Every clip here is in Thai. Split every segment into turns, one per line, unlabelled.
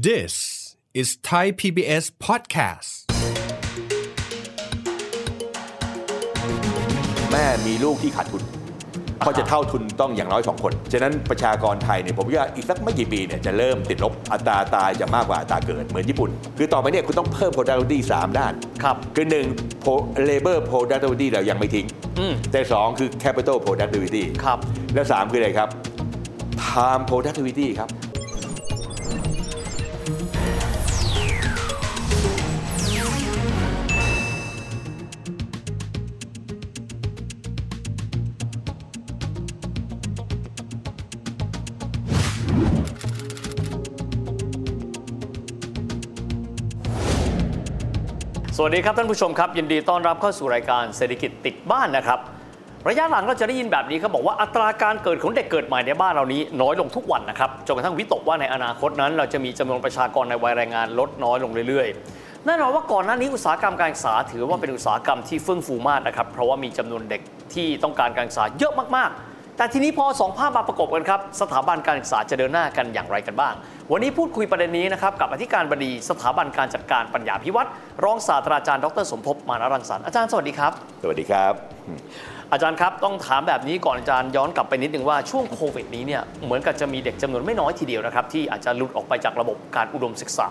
This is Thai PBS podcast
แม่มีลูกที่ขาดทุนเขาจะเท่าทุนต้องอย่างน้อย 2 คน ฉะนั้นประชากรไทยเนี่ยผมว่าอีกสักไม่กี่ปีเนี่ยจะเริ่มติดลบอัตราตายจะมากกว่าอัตราเกิดเหมือนญี่ปุ่น คือต่อไปเนี่ยคุณต้องเพิ่ม productivity 3 ด้าน
ครับ
คือ 1 pro- labor productivity เรายังไม่ทิ้ง แต่ 2 คือ capital productivity
ครับ
และ 3 คืออะไรครับ time productivity ครับ
สวัสดีครับท่านผู้ชมครับ ยินดีต้อนรับเข้าสู่รายการเศรษฐกิจติดบ้านนะครับ ระยะหลังเราจะได้ยินแบบนี้เขาบอกว่าอัตราการเกิดของเด็กเกิดใหม่ในบ้านเรานี้น้อยลงทุกวันนะครับจนกระทั่งวิตกว่าในอนาคตนั้น เราจะมีจำนวนประชากรในวัยแรงงานลดน้อยลงเรื่อยๆแน่นอนว่าก่อนหน้านี้อุตสาหกรรมการศึกษาถือว่าเป็นอุตสาหกรรมที่เฟื่องฟูมากนะครับเพราะว่ามีจำนวนเด็กที่ต้องการการศึกษาเยอะมากๆ แต่ทีนี้พอสองภาพมาประกบกันครับ สถาบันการศึกษาจะเดินหน้ากันอย่างไรกันบ้าง วันนี้พูดคุยประเด็นนี้นะครับ กับอธิการบดีสถาบันการจัดการปัญญาพิวัตรรองศาสตราจารย์ดรสมภพมานรังสรรค์อาจารย์สวัสดีครับ
สวัสดีครับ
อาจารย์ครับ ต้องถามแบบนี้ก่อนอาจารย์ย้อนกลับไปนิดนึงว่าช่วงโควิดนี้เนี่ยเหมือนกับจะมีเด็กจำนวนไม่น้อยทีเดียวนะครับ ที่อาจจะหลุดออกไปจากระบบการอุดมศึกษา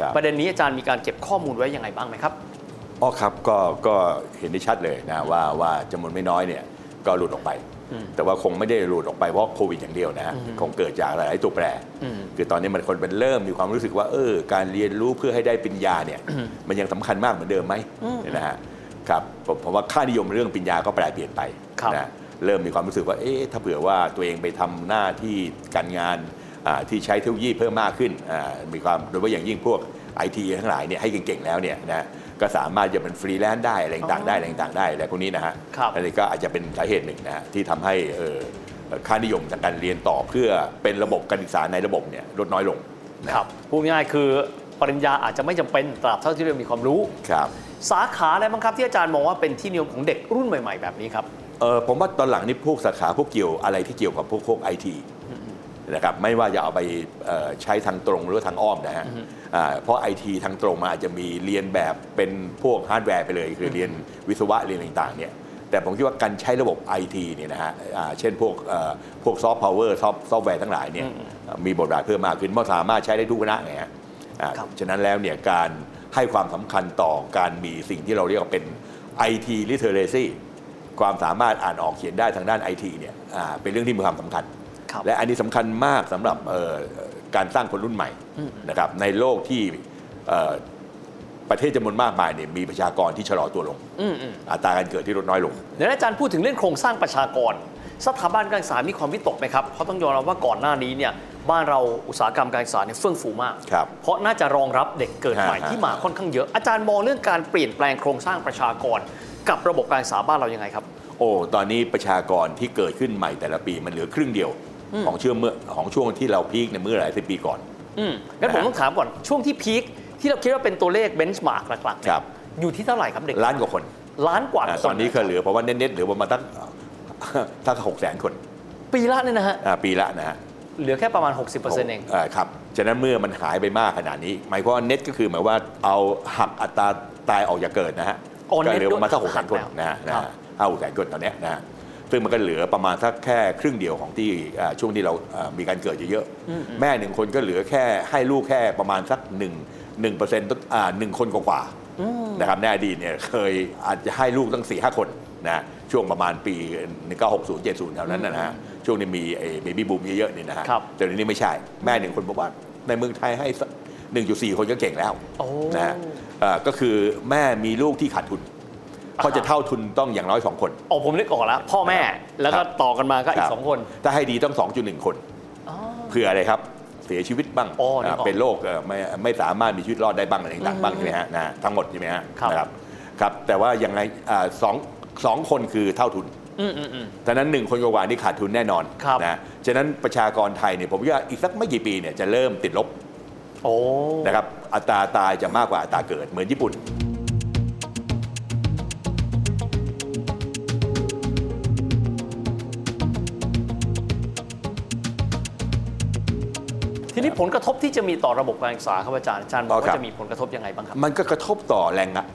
ครับ
ประเด็นนี้อาจารย์มีการเก็บข้อมูลไว้ยังไงบ้างไหมครับ
อ๋อครับก็ก็เห็นได้ชัดเลยนะว่าว่าจำนวนไม่น้อยเนี่ยก็หลุดออกไป แต่ว่าคงไม่ได้หลุดออกไปเพราะโควิดอย่างเดียวนะฮะคงเกิดจากหลายๆตัวแปร คือตอนนี้มันคนเป็นเริ่มมีความรู้สึกว่า เออ การเรียนรู้เพื่อให้ได้ปริญญาเนี่ยมันยังสำคัญมากเหมือนเดิมไหมนะฮะครับผมผมว่าค่านิยมเรื่องปริญญาก็แปลเปลี่ยนไป
ครับ
นะ เริ่มมีความรู้สึกว่า เอ๊ะ ถ้าเผื่อว่าตัวเองไปทำหน้าที่การงานอ่าที่ใช้เทคโนโลยีเพิ่มมากขึ้นอ่ามีความโดยเฉพาะอย่างยิ่งพวกไอทีทั้งหลายเนี่ยให้เก่งๆแล้วเนี่ยนะ ก็สามารถจะเป็นฟรีแลนซ์ได้อะไรต่างๆได้อะไรต่างๆได้อะไรพวกนี้นะฮะ
ครับ
อันนี้ก็อาจจะเป็นสาเหตุหนึ่งนะฮะที่ทำให้เอ่อค่านิยมจากการเรียนต่อเพื่อเป็นระบบการศึกษาในระบบเนี่ยลดน้อยลงนะครับ
พูดง่ายๆคือปริญญาอาจจะไม่จำเป็นตราบเท่าที่เรามีความรู้
ครับ
สาขาอะไรบ้างครับที่อาจารย์มองว่าเป็นที่นิยมของเด็กรุ่นใหม่ ๆ แบบนี้ครับ
เออผมว่าตอนหลังนี่พวกสาขาพวกเกี่ยวอะไรที่เกี่ยวกับพวกพวกไอทีนะครับไม่ว่าจะเอาไปเอ่อใช้ทางตรงหรือทางอ้อมนะฮะอ่าเพราะไอทีทางตรงมาอาจจะมีเรียนแบบเป็นพวกฮาร์ดแวร์ไปเลย คือเรียนวิศวะเรียนอะไรต่างๆเนี่ยแต่ผมคิดว่าการใช้ระบบ IT เนี่ยนะฮะอ่าเช่นพวกเอ่อพวกซอฟต์พาวเวอร์ซอฟต์ซอฟต์แวร์ทั้งหลายเนี่ยมีบทบาทเพิ่มมากขึ้นเพราะสามารถใช้ได้ทุกคณะไงฮะอ่า
ครับ
ฉะนั้นแล้วเนี่ยการให้ความสำคัญต่อการมีสิ่งที่เราเรียกว่าเป็น IT literacy ความสามารถอ่านออกเขียนได้ทางด้านไอทีเนี่ยอ่าเป็นเรื่องที่มีความสำคัญ
ครับ
และอันนี้สำคัญมากสำหรับเอ่อการสร้างคนรุ่นใหม่นะครับในโลกที่เอ่อประเทศจำนวนมากมายเนี่ยมีประชากรที่ชะลอตัวลง
อืมอืม
อัตราการเกิดที่ลดน้อยลง
เดี๋ยวอาจารย์พูดถึงเรื่องโครงสร้างประชากร สถาบันการศึกษามีความวิตกไหมครับ เพราะต้องยอมรับว่าก่อนหน้านี้เนี่ยบ้านเราอุตสาหกรรมการศึกษาเนี่ยเฟื่องฟูมาก
ครับ
เพราะน่าจะรองรับเด็กเกิดใหม่
ฮะฮะ
ที่มาค่อนข้างเยอะ อาจารย์มองเรื่องการเปลี่ยนแปลงโครงสร้างประชากร กับระบบการศึกษาบ้านเรายังไงครับ
โอ้ตอนนี้ประชากรที่เกิดขึ้นใหม่แต่ละปีมันเหลือครึ่งเดียวของเชื่อเมื่อของช่วงที่เราพีคในเมื่อหลายสิบปีก่อน
อืมงั้นผม
นะฮะ
ต้องถามก่อนช่วงที่พีคที่เราคิดว่าเป็นตัวเลขเบนช์มาร์กหลักๆเนี่
ครั
ย
บ
อยู่ที่เท่าไหร่ครับเด็ก
ล้านกว่าคน
ล้านกว่า
อ่า
ค
ตอนนี้ก็เหลือเพราะว่าเน็ตๆเหลือประมาณตั้ง ตั้งหกแสนคน
ปีละเนี่ยนะฮะ
อ่าปีละนะฮะ
เหลือแค่ประมาณ 60%เอง
เออครับ ฉะนั้นเมื่อมันหายไปมากขนาดนี้ หมายความว่าเน็ตก็คือหมายว่าเอาหักอัตราตายออกจากเกิดนะฮะ
อ๋อ
ก็
net
เหลือประมาณสักหกแสนคน
ด้วย
นะฮะนะครับ ฮะเอาหกแสนคนตอนเนี้ยนะฮะซึ่งมันก็เหลือประมาณสักแค่ครึ่งเดียวของที่เอ่อช่วงที่เราเอ่อมีการเกิดเยอะๆแม่หนึ่งคนก็เหลือแค่ให้ลูกแค่ประมาณสักหนึ่งหนึ่งเปอร์เซ็นต์อ่าหนึ่งคนกว่าๆนะครับในอดีตเนี่ยเคยอาจจะให้ลูกตั้งสี่ห้าคนนะช่วงประมาณปี 1960 70แถวนั้นนะฮะช่วงนี้มีไอ้เบบี้บูมเยอะๆเนี่ยนะฮะ
ครับ
แต่เดี๋ยวนี้ไม่ใช่แม่หนึ่งคนบอกว่าในเมืองไทยให้สัก1.4 คนก็เก่งแล้ว
โอ้
นะฮะเอ่อก็คือแม่มีลูกที่ขาดทุนเขาจะ
อ่าฮะ
เท่าทุนต้องอย่างน้อย 2 คน
อ๋อผมนึกออกแล้ว พ่อแม่แล้วก็
ครับ
ต่อกันมาก็อี
รั
ก
บ
สองคน
ถ้าให้ดีต้อง 2.1 คนเผื่ออะไรครับ เสียชีวิตบ้าง
อ๋อนึกออก
อ่าเป็นโรคเอ่อไม่ไม่สามารถมีชีวิตรอดได้บ้างอะไรต่างๆบ้างใช่ไหมฮะนะทั้งหมดใช่ไหมฮะ
ครับ
นะครับครับ แต่ว่ายังไงอ่าสองสองคนคือเท่าทุน
อืมอืมอืม
ดังนั้นหนึ่งคนกว่าๆนี่ขาดทุนแน่นอน
ครับ
นะฉะนั้นประชากรไทยเนี่ยผมว่าอีกสักไม่กี่ปีเนี่ยจะเริ่มติดลบ
โอ้
นะครับอัตราตายจะมากกว่าอัตราเกิดเหมือนญี่ปุ่น
ทีนี้ผล ลกระทบที่จะมีต่อระบบการศึกษาครับอาจารย์อาจารย์มอง
อ๋อครั
ว่า
บ
จะมีผลกระทบยังไงบ้างครับ
มันก็กระทบต่อแรงงาน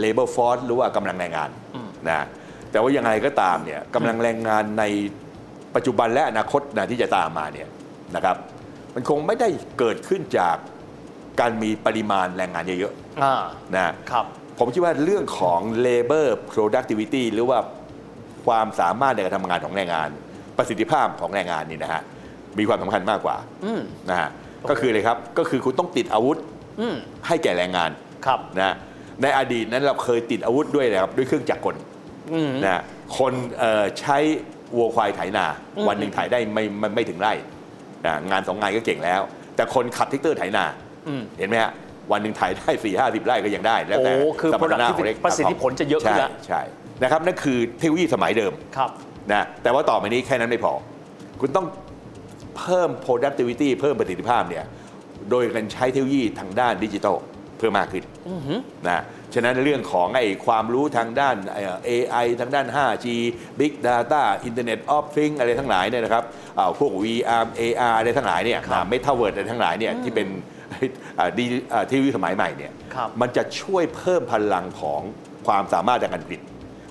เลเบอร์ฟอร์สหรือว่ากำลังแรงงานนะแต่ว่ายังไงก็ตามเนี่ยกำลังแรงงานในปัจจุบันและอนาคตนะที่จะตามมาเนี่ยนะครับมันคงไม่ได้เกิดขึ้นจากการมีปริมาณแรงงานเยอะ
อ่า
ๆนะ
ครับ
ผมคิดว่าเรื่องของ labor productivity หรือว่าความสามารถในการทำงานของแรงงาน ประสิทธิภาพของแรงงานนี่นะฮะ มีความสำคัญมากกว่า
อืม
นะฮะก็คือเลยครับ ก็คือคุณต้องติดอาวุธ
อืม
ให้แก่แรงงาน
ครับ
นะฮะในอดีตนั้นเราเคยติดอาวุธด้วยนะครับ ด้วยเครื่องจักรกล
อืม
นะฮะคนเอ่อใช้วัวควายไถนา วันหนึ่งไถได้ไม่ไม่ไม่ถึงไร่นะงานสองงานก็เก่งแล้ว แต่คนขับแทิกเตอร์ไถนา
อืม
เห็นไหมฮะวันหนึ่งถ่ายได้4ี่ห้าสิบไร่ก็ยังได้ แล้วแต่
โอ้คือ
สมรรถนะของ
productivity
เล็ก
ประสิทธิผลจะเยอะขึ้นละ
ใช่ใช่นะครับนั่นคือเทคโนโลยีสมัยเดิม
ครับ
นะแต่ว่าต่อไปนี้แค่นั้นไม่พอ คุณต้องเพิ่ม productivity เพิ่มประสิทธิภาพเนี่ยโดยการใช้เทคโนโลยีทางด้านดิจิทัลเพิ่มมากขึ้นนะฉะนั้นเรื่องของไอ้ความรู้ทางด้านเอ่อ AI ทางด้าน 5G Big Data Internet of Things อะไรทั้งหลายเนี่ยนะครับอ่าพวก VR AR อะไรทั้งหลายเนี่ยเมตาเวิร์ดอะไรทั้งหลายเนี่ยที่เป็น เอ่อดิเอ่อเทคโนโลยีสมัยใหม่เนี่ย
ครับ
มันจะช่วยเพิ่มพลังของความสามารถในการผลิต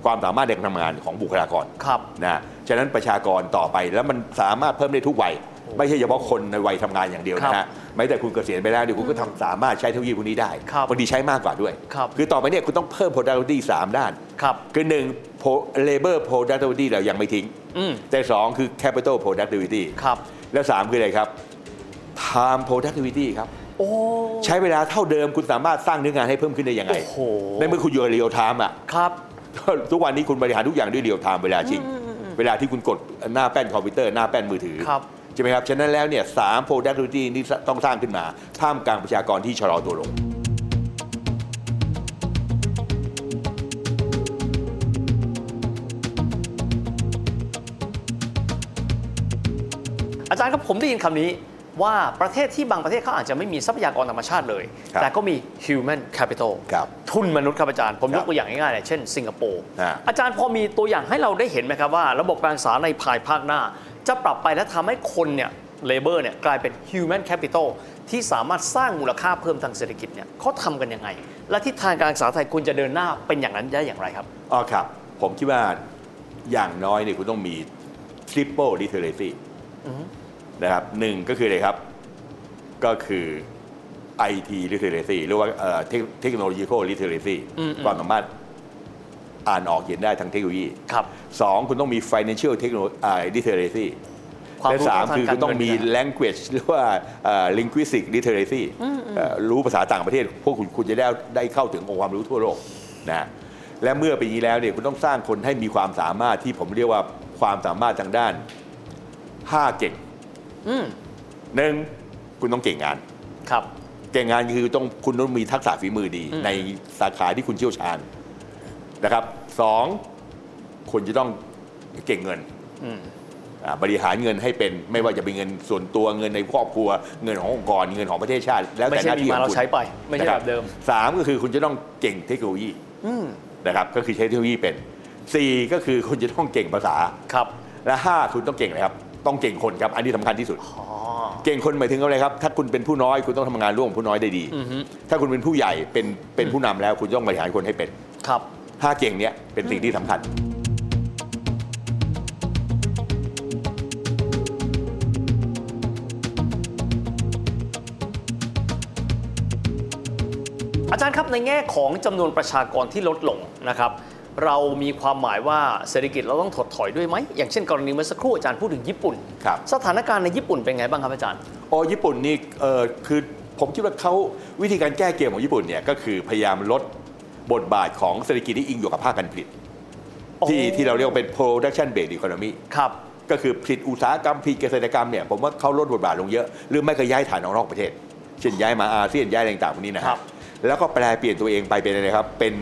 ความสามารถในการทำงานของบุคลากร
ครับ
นะฉะนั้นประชากรต่อไปแล้วมันสามารถเพิ่มได้ทุกวัย ไม่ใช่เฉพาะคนในวัยทำงานอย่างเดียวนะ
ครั
ฮะ
บ
ไม่แต่คุณเกษียณไปแล้วเดี๋ยวคุณก็ทำสามารถใช้เทคโนโลยีพวกนี้ได้
ครับ
บางทีใช้มากกว่าด้วย
ครับ
อต่อไปเนี่ยคุณต้องเพิ่ม productivity สามด้าน
ครับ
คือ 1 pro- labor productivity เรายังไม่ทิ้ง
อืม
แต่ 2 คือ capital productivity
ครับ
และ 3 คืออะไรครับ time productivity ครับ
โอ้
ใช้เวลาเท่าเดิมคุณสามารถสร้างเนื้องานให้เพิ่มขึ้นได้ยังไง
โอ้โห
ในเมื่อคุณอยู่เรียลไทม์อ่ะ
ครับ
ทุกวันนี้คุณบริหารทุกอย่างด้วยเรียลไทม์เวลาจริง เวลาที่คุณกดหน้าแป้นคอมพิวเตอร์หน้าแป้นมือถือ
ครับ
ใช่ไหมครับ ฉะนั้นแล้วเนี่ยสาม productivity นี่ต้องสร้างขึ้นมา ท่ามกลางประชากรที่ชะลอตัวลง
อาจารย์ครับผมได้ยินคำนี้ว่าประเทศที่บางประเทศเขาอาจจะไม่มีทรัพยากรธรรมชาติเลย
ครับ
แต่ก็มี human capital
ครับ
ทุนมนุษย์ครับอาจารย์ ผม
ค
ย
รั
ก
บ
ตัวอย่างง่ายๆเลยเช่นสิงคโปร์
ฮะ
อาจารย์พอมีตัวอย่างให้เราได้เห็นไหมครับว่า ระบบการศึกษาในภายภาคหน้า จะปรับไปและทำให้คนเนี่ย labor เนี่ยกลายเป็น human capital ที่สามารถสร้างมูลค่าเพิ่มทางเศรษฐกิจเนี่ยเขาทำกันยังไง และทิศทางการศึกษาไทยควรจะเดินหน้าเป็นอย่างนั้นได้อย่างไรครับ
อ๋อครับ ผมคิดว่าอย่างน้อยเนี่ยคุณต้องมี triple literacy นะครับหนึ่งก็คืออะไรครับ ก็คือ IT literacy หรือว่าเทคเทคโนโลยี literacy ความสามารถอ่านออกเขียนได้ทางเทคโนโลยี
ครับ
สองคุณต้องมี financial technology literacy
ความ
และ
รู้
สาม
ทาง
คือ
การ
คุณต้องมี
เงินนะ
language หรือว่าเอ่อ linguistic literacy เอ่อรู้ภาษาต่างประเทศ พวกคุณคุณจะได้ได้เข้าถึงองค์ความรู้ทั่วโลกนะและเมื่อเป็นอย่างนี้แล้วเนี่ยคุณต้องสร้างคนให้มีความสามารถที่ผมเรียกว่าความสามารถทางด้าน 5 เก่ง
อืม
หนึ่งคุณต้องเก่งงาน
ครับ
เก่งงานคือต้องคุณต้องมีทักษะฝีมือดี ในสาขาที่คุณเชี่ยวชาญนะครับสองคุณจะต้องเก่งเงิน
อืม
อ่าบริหารเงินให้เป็นไม่ว่าจะเป็นเงินส่วนตัวเงินในครอบครัว เงินขององค์กรเงินของประเทศชาติ แล้ว
ไม่
แต่ห
ใช่
น้า
มี
ที่ข
มา
อง
เรา
คุณ
ใช้ไป ไม่ใช่
นะค
แบ
รับบ
เดิม
สามก็คือคุณจะต้องเก่งเทคโนโลยี
อืม
นะครับก็คือใช้เทคโนโลยีเป็นสี่ก็คือคุณจะต้องเก่งภาษา
ครับ
และห้าคุณต้องเก่งอะไรครับ ต้องเก่งคนครับ อันนี้สำคัญที่สุด
อ๋อ
เก่งคนหมายถึงอะไรครับ ถ้าคุณเป็นผู้น้อยคุณต้องทำงานร่วมกับผู้น้อยได้ดี ถ้าคุณเป็นผู้ใหญ่เป็นเป็นผู้นำแล้ว คุณต้องบริหารคนให้เป็น
ครับ
ห้าเก่งเนี้ยเป็นสิ่งที่สำคัญ
อาจารย์ครับในแง่ของจำนวนประชากรที่ลดลงนะครับ เรามีความหมายว่าเศรษฐกิจเราต้องถดถอยด้วยไหม อย่างเช่นกรณีเมื่อสักครู่อาจารย์พูดถึงญี่ปุ่น
ครับ
สถานการณ์ในญี่ปุ่นเป็นไงบ้างครับอาจารย์
โอ้ญี่ปุ่นนี่เออคือผมคิดว่าเขาวิธีการแก้เกมของญี่ปุ่นเนี่ยก็คือพยายามลดบทบาทของเศรษฐกิจที่อิงอยู่กับภาคการผลิต ที่
โอ้
ที่เราเรียกว่าเป็น production based economy
ครับ
ก็คือผลิตอุตสาหกรรมผลิตเกษตรกรรมเนี่ยผมว่าเขาลดบทบาทลงเยอะ หรือไม่ก็ย้ายฐานออกนอกประเทศ เช่นย้ายมาอาเซียนย้ายอะไรต่างๆพวกนี้นะ
ค
ค
รั
รับ บแล้วก็แปลเปลี่ยนตัวเองไปเป็นอะไรครับ เป็น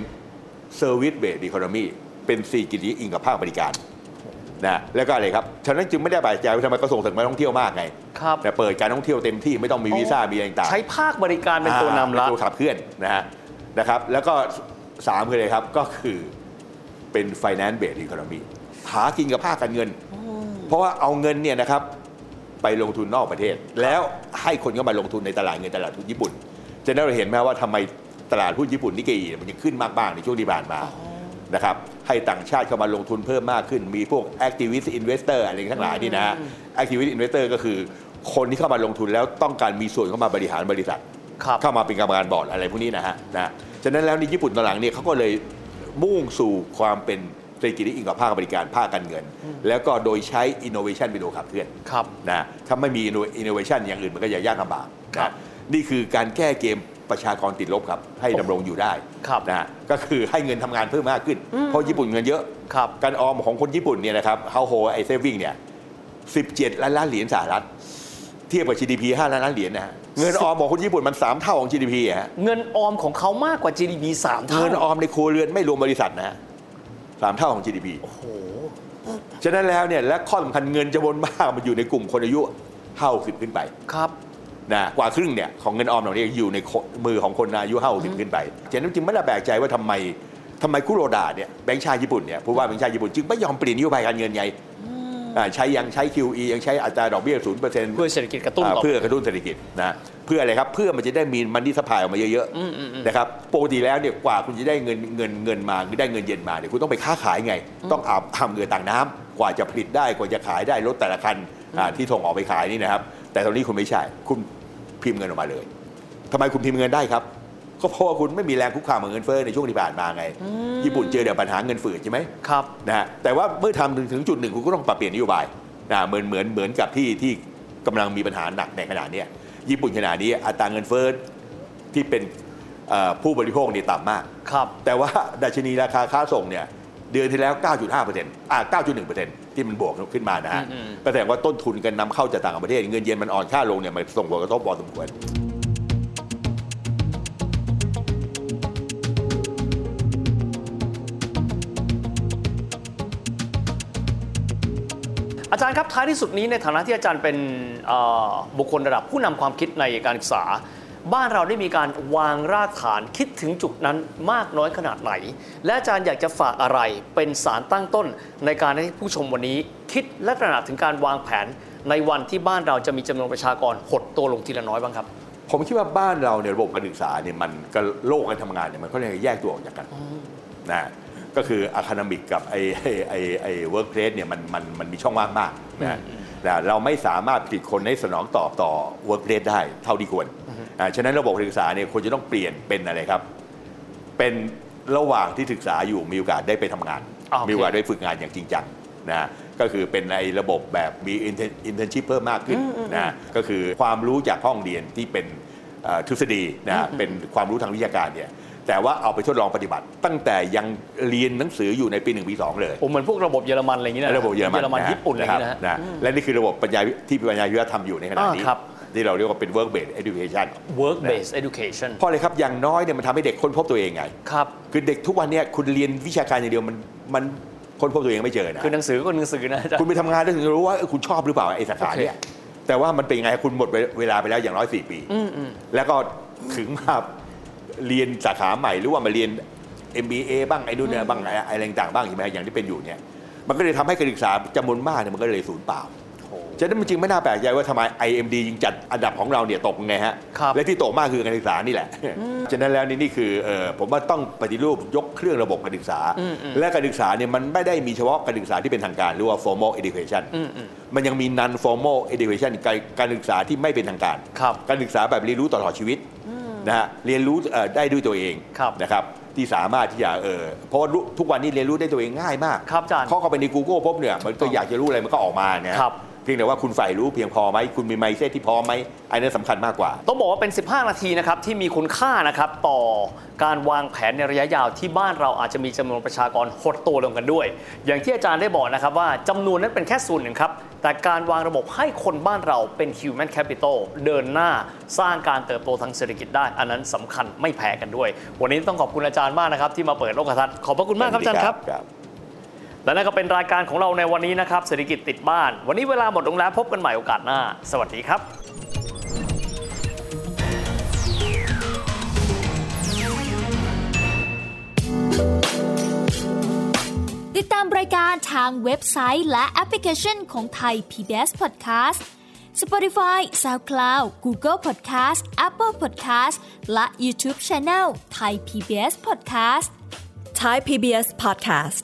Service Based Economy เป็นสี่กิจที่อิงกับภาคบริการนะแล้วก็อะไรครับฉะนั้นจึงไม่ได้บาดใจว่าทำไมก็ส่งเสริมการท่องเที่ยวมากไง
ครับ
แต่เปิดการท่องเที่ยวเต็มที่ไม่ต้องมีวีซ่ามีอะไรต่างๆ
ใช้ภาคบริการเป็นตัวนำละ
อ่าเป็นตัวขับเคลื่อนนะฮะนะครับ แล้วก็สามคืออะไรครับก็คือเป็น finance based economy หากินกับภาคการเงิน เพราะว่าเอาเงินเนี่ยนะครับ ไปลงทุนนอกประเทศ แล้วให้คนเข้ามาลงทุนในตลาดเงินตลาดทุนญี่ปุ่นจะได้เราเห็นไหมว่าทำไมตลาดหุ้นญี่ปุ่นนิกเกอิมันยังขึ้นมากบ้างในช่วงที่ผ่านมานะครับให้ต่างชาติเข้ามาลงทุนเพิ่มมากขึ้น มีพวก activist investor อะไรทั้งหลายนี่นะ activist investor ก็คือคนที่เข้ามาลงทุนแล้วต้องการมีส่วนเข้ามาบริหารบริษัท
ครับ
เข้ามาเป็นกรรมการบอร์ดอะไรพวกนี้นะฮะนะฉะนั้นแล้วในญี่ปุ่นตอนหลังเนี่ยเขาก็เลยมุ่งสู่ความเป็นเศรษฐกิจที่อิงกับภาคบริการภาคการเงิน แล้วก็โดยใช้ innovation เป็นตัวขับเคลื่อน
ครับ
นะถ้าไม่มี inno- innovation อย่างอื่นมันก็จะยากลำบาก
ครับ
นะนี่คือการแก้เกมประชากรติดลบครับ ให้ดำรงอยู่ได้
ครับ
นะฮะก็คือให้เงินทำงานเพิ่มมากขึ้น เพราะญี่ปุ่นเงินเยอะ
ครับ
การออมของคนญี่ปุ่นเนี่ยนะครับเฮาโฮไอเซวิ่งเนี่ย17 ล้านล้านเหรียญสหรัฐ เทียบกับ GDP 5 ล้านล้านเหรียญนะฮะเงินออมของคนญี่ปุ่นมัน 3 เท่าของ GDP อะฮะ
เงินออมของเขามากกว่า GDP สามเท่า
เงินออมในครัวเรือนไม่รวมบริษัทนะฮะสามเท่าของ GDP
โอ้โห
ฉะนั้นแล้วเนี่ยและข้อสำคัญเงินจะวนมาก มันอยู่ในกลุ่มคนอายุ50ขึ้นไป
ครับ
นะกว่าครึ่งเนี่ยของเงินออมเหล่านี้อยู่ในมือของคนอายุ50ขึ้นไปฉะนั้นจึงไม่ละแปลกใจว่าทำไมทำไมคุโรดาเนี่ยแบงค์ชาติญี่ปุ่นเนี่ยผู้ว่าแบงค์ชาติญี่ปุ่นจึงไม่ยอมเปลี่ยนนโยบายการเงินไงอ่าใช้ยังใช้ QE ยังใช้อัตราดอกเบี้ย0%เ
เพื่อเศรษฐกิจกระตุ้น
อ่า
ต่อ
เพื่อกระตุ้นเศรษฐกิจนะเพื่ออะไรครับเพื่อมันจะได้มีมันที่สะพายออกมาเยอะๆนะครับปกติแล้วเนี่ยกว่าคุณจะได้เงินเงินเงินมาหรือได้เงินเย็นมาเนี่ยคุณต้องไปค้าขายไง ต้องอาบทำเงินต่างน้ำกว่าจะผลิตได้กว่าจะขายได้รถแต่ละคันอ่าที่ส่งออกไปขายนี่นะครับ แต่ตอนนี้คุณไม่ใช่คุณพิมพ์เงินออกมาเลยทำไมคุณพิมพ์เงินได้ครับ ก็เพราะว่าคุณไม่มีแรงคุกคามของเงินเฟ้อในช่วงที่ผ่านมาไง ญี่ปุ่นเจอเดี๋ยวปัญหาเงินฝืดใช่ไหม
ครับ
นะฮะแต่ว่าเมื่อทำถึงถึงจุดหนึ่งคุณก็ต้องปรับเปลี่ยนนโยบายนะเหมือนเหมือนเหมือนกับที่ที่กำลังมีปัญหาหนักในขณะเนี้ยญี่ปุ่นขณะนี้อัตราเงินเฟ้อที่เป็นเอ่อผู้บริโภคเนี่ยต่ำมาก
ครับ
แต่ว่า ดัชนีราคาค้าส่งเนี่ยเดือนที่แล้ว 9.5%อ่า9.1%ที่มันบวกขึ้นมานะฮะ
อืม
ก็แสดงว่าต้นทุนการนำเข้าจากต่างประเทศ เงินเยนมันอ่อนค่าลงเนี่ยมันส่งผลกระทบพอสมควร
อาจารย์ครับท้ายที่สุดนี้ในฐานะที่อาจารย์เป็นเอ่อบุคคลระดับผู้นำความคิดในการศึกษา บ้านเราได้มีการวางรากฐานคิดถึงจุดนั้นมากน้อยขนาดไหน และอาจารย์อยากจะฝากอะไรเป็นสารตั้งต้นในการให้ผู้ชมวันนี้ คิดและตระหนักถึงการวางแผนในวันที่บ้านเราจะมีจำนวนประชากรหดตัวลงทีละน้อยบ้างครับ
ผมคิดว่าบ้านเราเนี่ยระบบการศึกษาเนี่ยมันก็โลกการทำงานเนี่ยมันก็เลยแยกตัวออกจากกันนะก็คืออะคาเดมิกกับไอไอไอไอเวิร์กเพลสเนี่ยมันมันมันมีช่องว่างมากนะนะเราไม่สามารถผลิตคนให้สนองตอบต่อเวิร์กเพลสได้เท่าที่ควรอ่าฉะนั้นระบบการศึกษาเนี่ยควรจะต้องเปลี่ยนเป็นอะไรครับ เป็นระหว่างที่ศึกษาอยู่มีโอกาสได้ไปทำงาน
อ่าโอเค
มีโอกาสได้ฝึกงานอย่างจริงจังนะก็คือเป็นในระบบแบบมีอินเทอร์ชิพเพิ่มมากขึ้นนะก็คือความรู้จากห้องเรียนที่เป็นเอ่อทฤษฎีนะเป็นความรู้ทางวิทยาการเนี่ยแต่ว่าเอาไปทดลองปฏิบัติ ตั้งแต่ยังเรียนหนังสืออยู่ในปีหนึ่งปีสองเลย
ผมเหมือนพวกระบบเยอรมันอะไรอย่างนี้นะ
ระบบเยอรมันฮ
ญี่ปุ่นอะไรอย่างนี้นะฮะ
คบและนี่คือระบบปัญญาที่ปัญญาวิทยาทำอยู่ในขณะนี้
อ่าครับ
ที่เราเรียกว่าเป็น work based education
work based education
เพราะอะไรครับอย่างน้อยเนี่ยมันทำให้เด็กค้นพบตัวเองไง
ครับ
คือเด็กทุกวันเนี่ยคุณเรียนวิชาการอย่างเดียวมันมันค้นพบตัวเองไม่เจอนะ
คือหนังสือก็หนังสือนะอาจาร
คุณ
ย์
ไปทำงานแล้วถึงจะรู้ว่าเออคุณชอบหรือเปล่าไอ้สาขาเนี่ยแต่ว่ามันเป็นยังไงคุณหมดเวลาไปแล้วอย่างน้อยสี่ปี แล้วก็ถึงมาเรียนสาขาใหม่หรือว่ามาเรียน MBA บ้างไอ้นู่นเนี่ยบ้างไอ้อะไรต่างๆบ้างใช่ไหมอย่างที่เป็นอยู่เนี่ยมันก็เลยทำให้การศึกษาจำนวนมากเนี่ยมันก็เลยสูญเปล่า ฉะนั้นมันจึงไม่น่าแปลกใจว่าทำไม IMD ยิงจัดอันดับของเราเนี่ยตกไงฮะ
ครับ
และที่ตกมากคือการศึกษานี่แหละ ฉะนั้นแล้วนี่นี่คือเออผมว่าต้องปฏิรูปยกเครื่องระบบการศึกษา และการศึกษาเนี่ยมันไม่ได้มีเฉพาะการศึกษาที่เป็นทางการหรือว่า formal education มันยังมี non formal education การการศึกษาที่ไม่เป็นทางการ
ครับ
การศึกษาแบบเรียนรู้ตลอดชีวิตนะฮะเรียนรู้เอ่อได้ด้วยตัวเอง
ครับ
นะครับที่สามารถที่จะเออเพราะว่ารู้ทุกวันนี้เรียนรู้ได้ตัวเองง่ายมาก
ครับอาจารย์
เข้าไปใน Google พบเนี่ยมันก็อยากจะรู้อะไรมันก็ออกมาเนี่ย
ครับ
เพียงแต่ว่าคุณใฝ่รู้เพียงพอไหมคุณมีไมเซ็ตที่พอไหมอันนั้นสำคัญมากกว่า
ต้องบอกว่าเป็น 15 นาทีนะครับที่มีคุณค่านะครับต่อการวางแผนในระยะยาวที่บ้านเราอาจจะมีจำนวนประชากรหดตัวลงกันด้วย อย่างที่อาจารย์ได้บอกนะครับว่าจำนวนนั้นเป็นแค่ส่วนหนึ่งครับ แต่การวางระบบให้คนบ้านเราเป็น human capital เดินหน้าสร้างการเติบโตทางเศรษฐกิจได้ อันนั้นสำคัญไม่แพ้กันด้วย วันนี้ต้องขอบคุณอาจารย์มากนะครับที่มาเปิดโลกทัศน์ขอบพระคุณมากครับอาจารย์ครับ และนั่นก็เป็นรายการของเราในวันนี้นะครับเศรษฐกิจติดบ้าน วันนี้เวลาหมดลงแล้วพบกันใหม่โอกาสหน้า สวัสดีครับ
ติดตามรายการทางเว็บไซต์และแอปพลิเคชันของไทย PBS Podcast Spotify SoundCloud Google Podcast Apple Podcast และ YouTube Channel Thai PBS Podcast
Thai PBS Podcast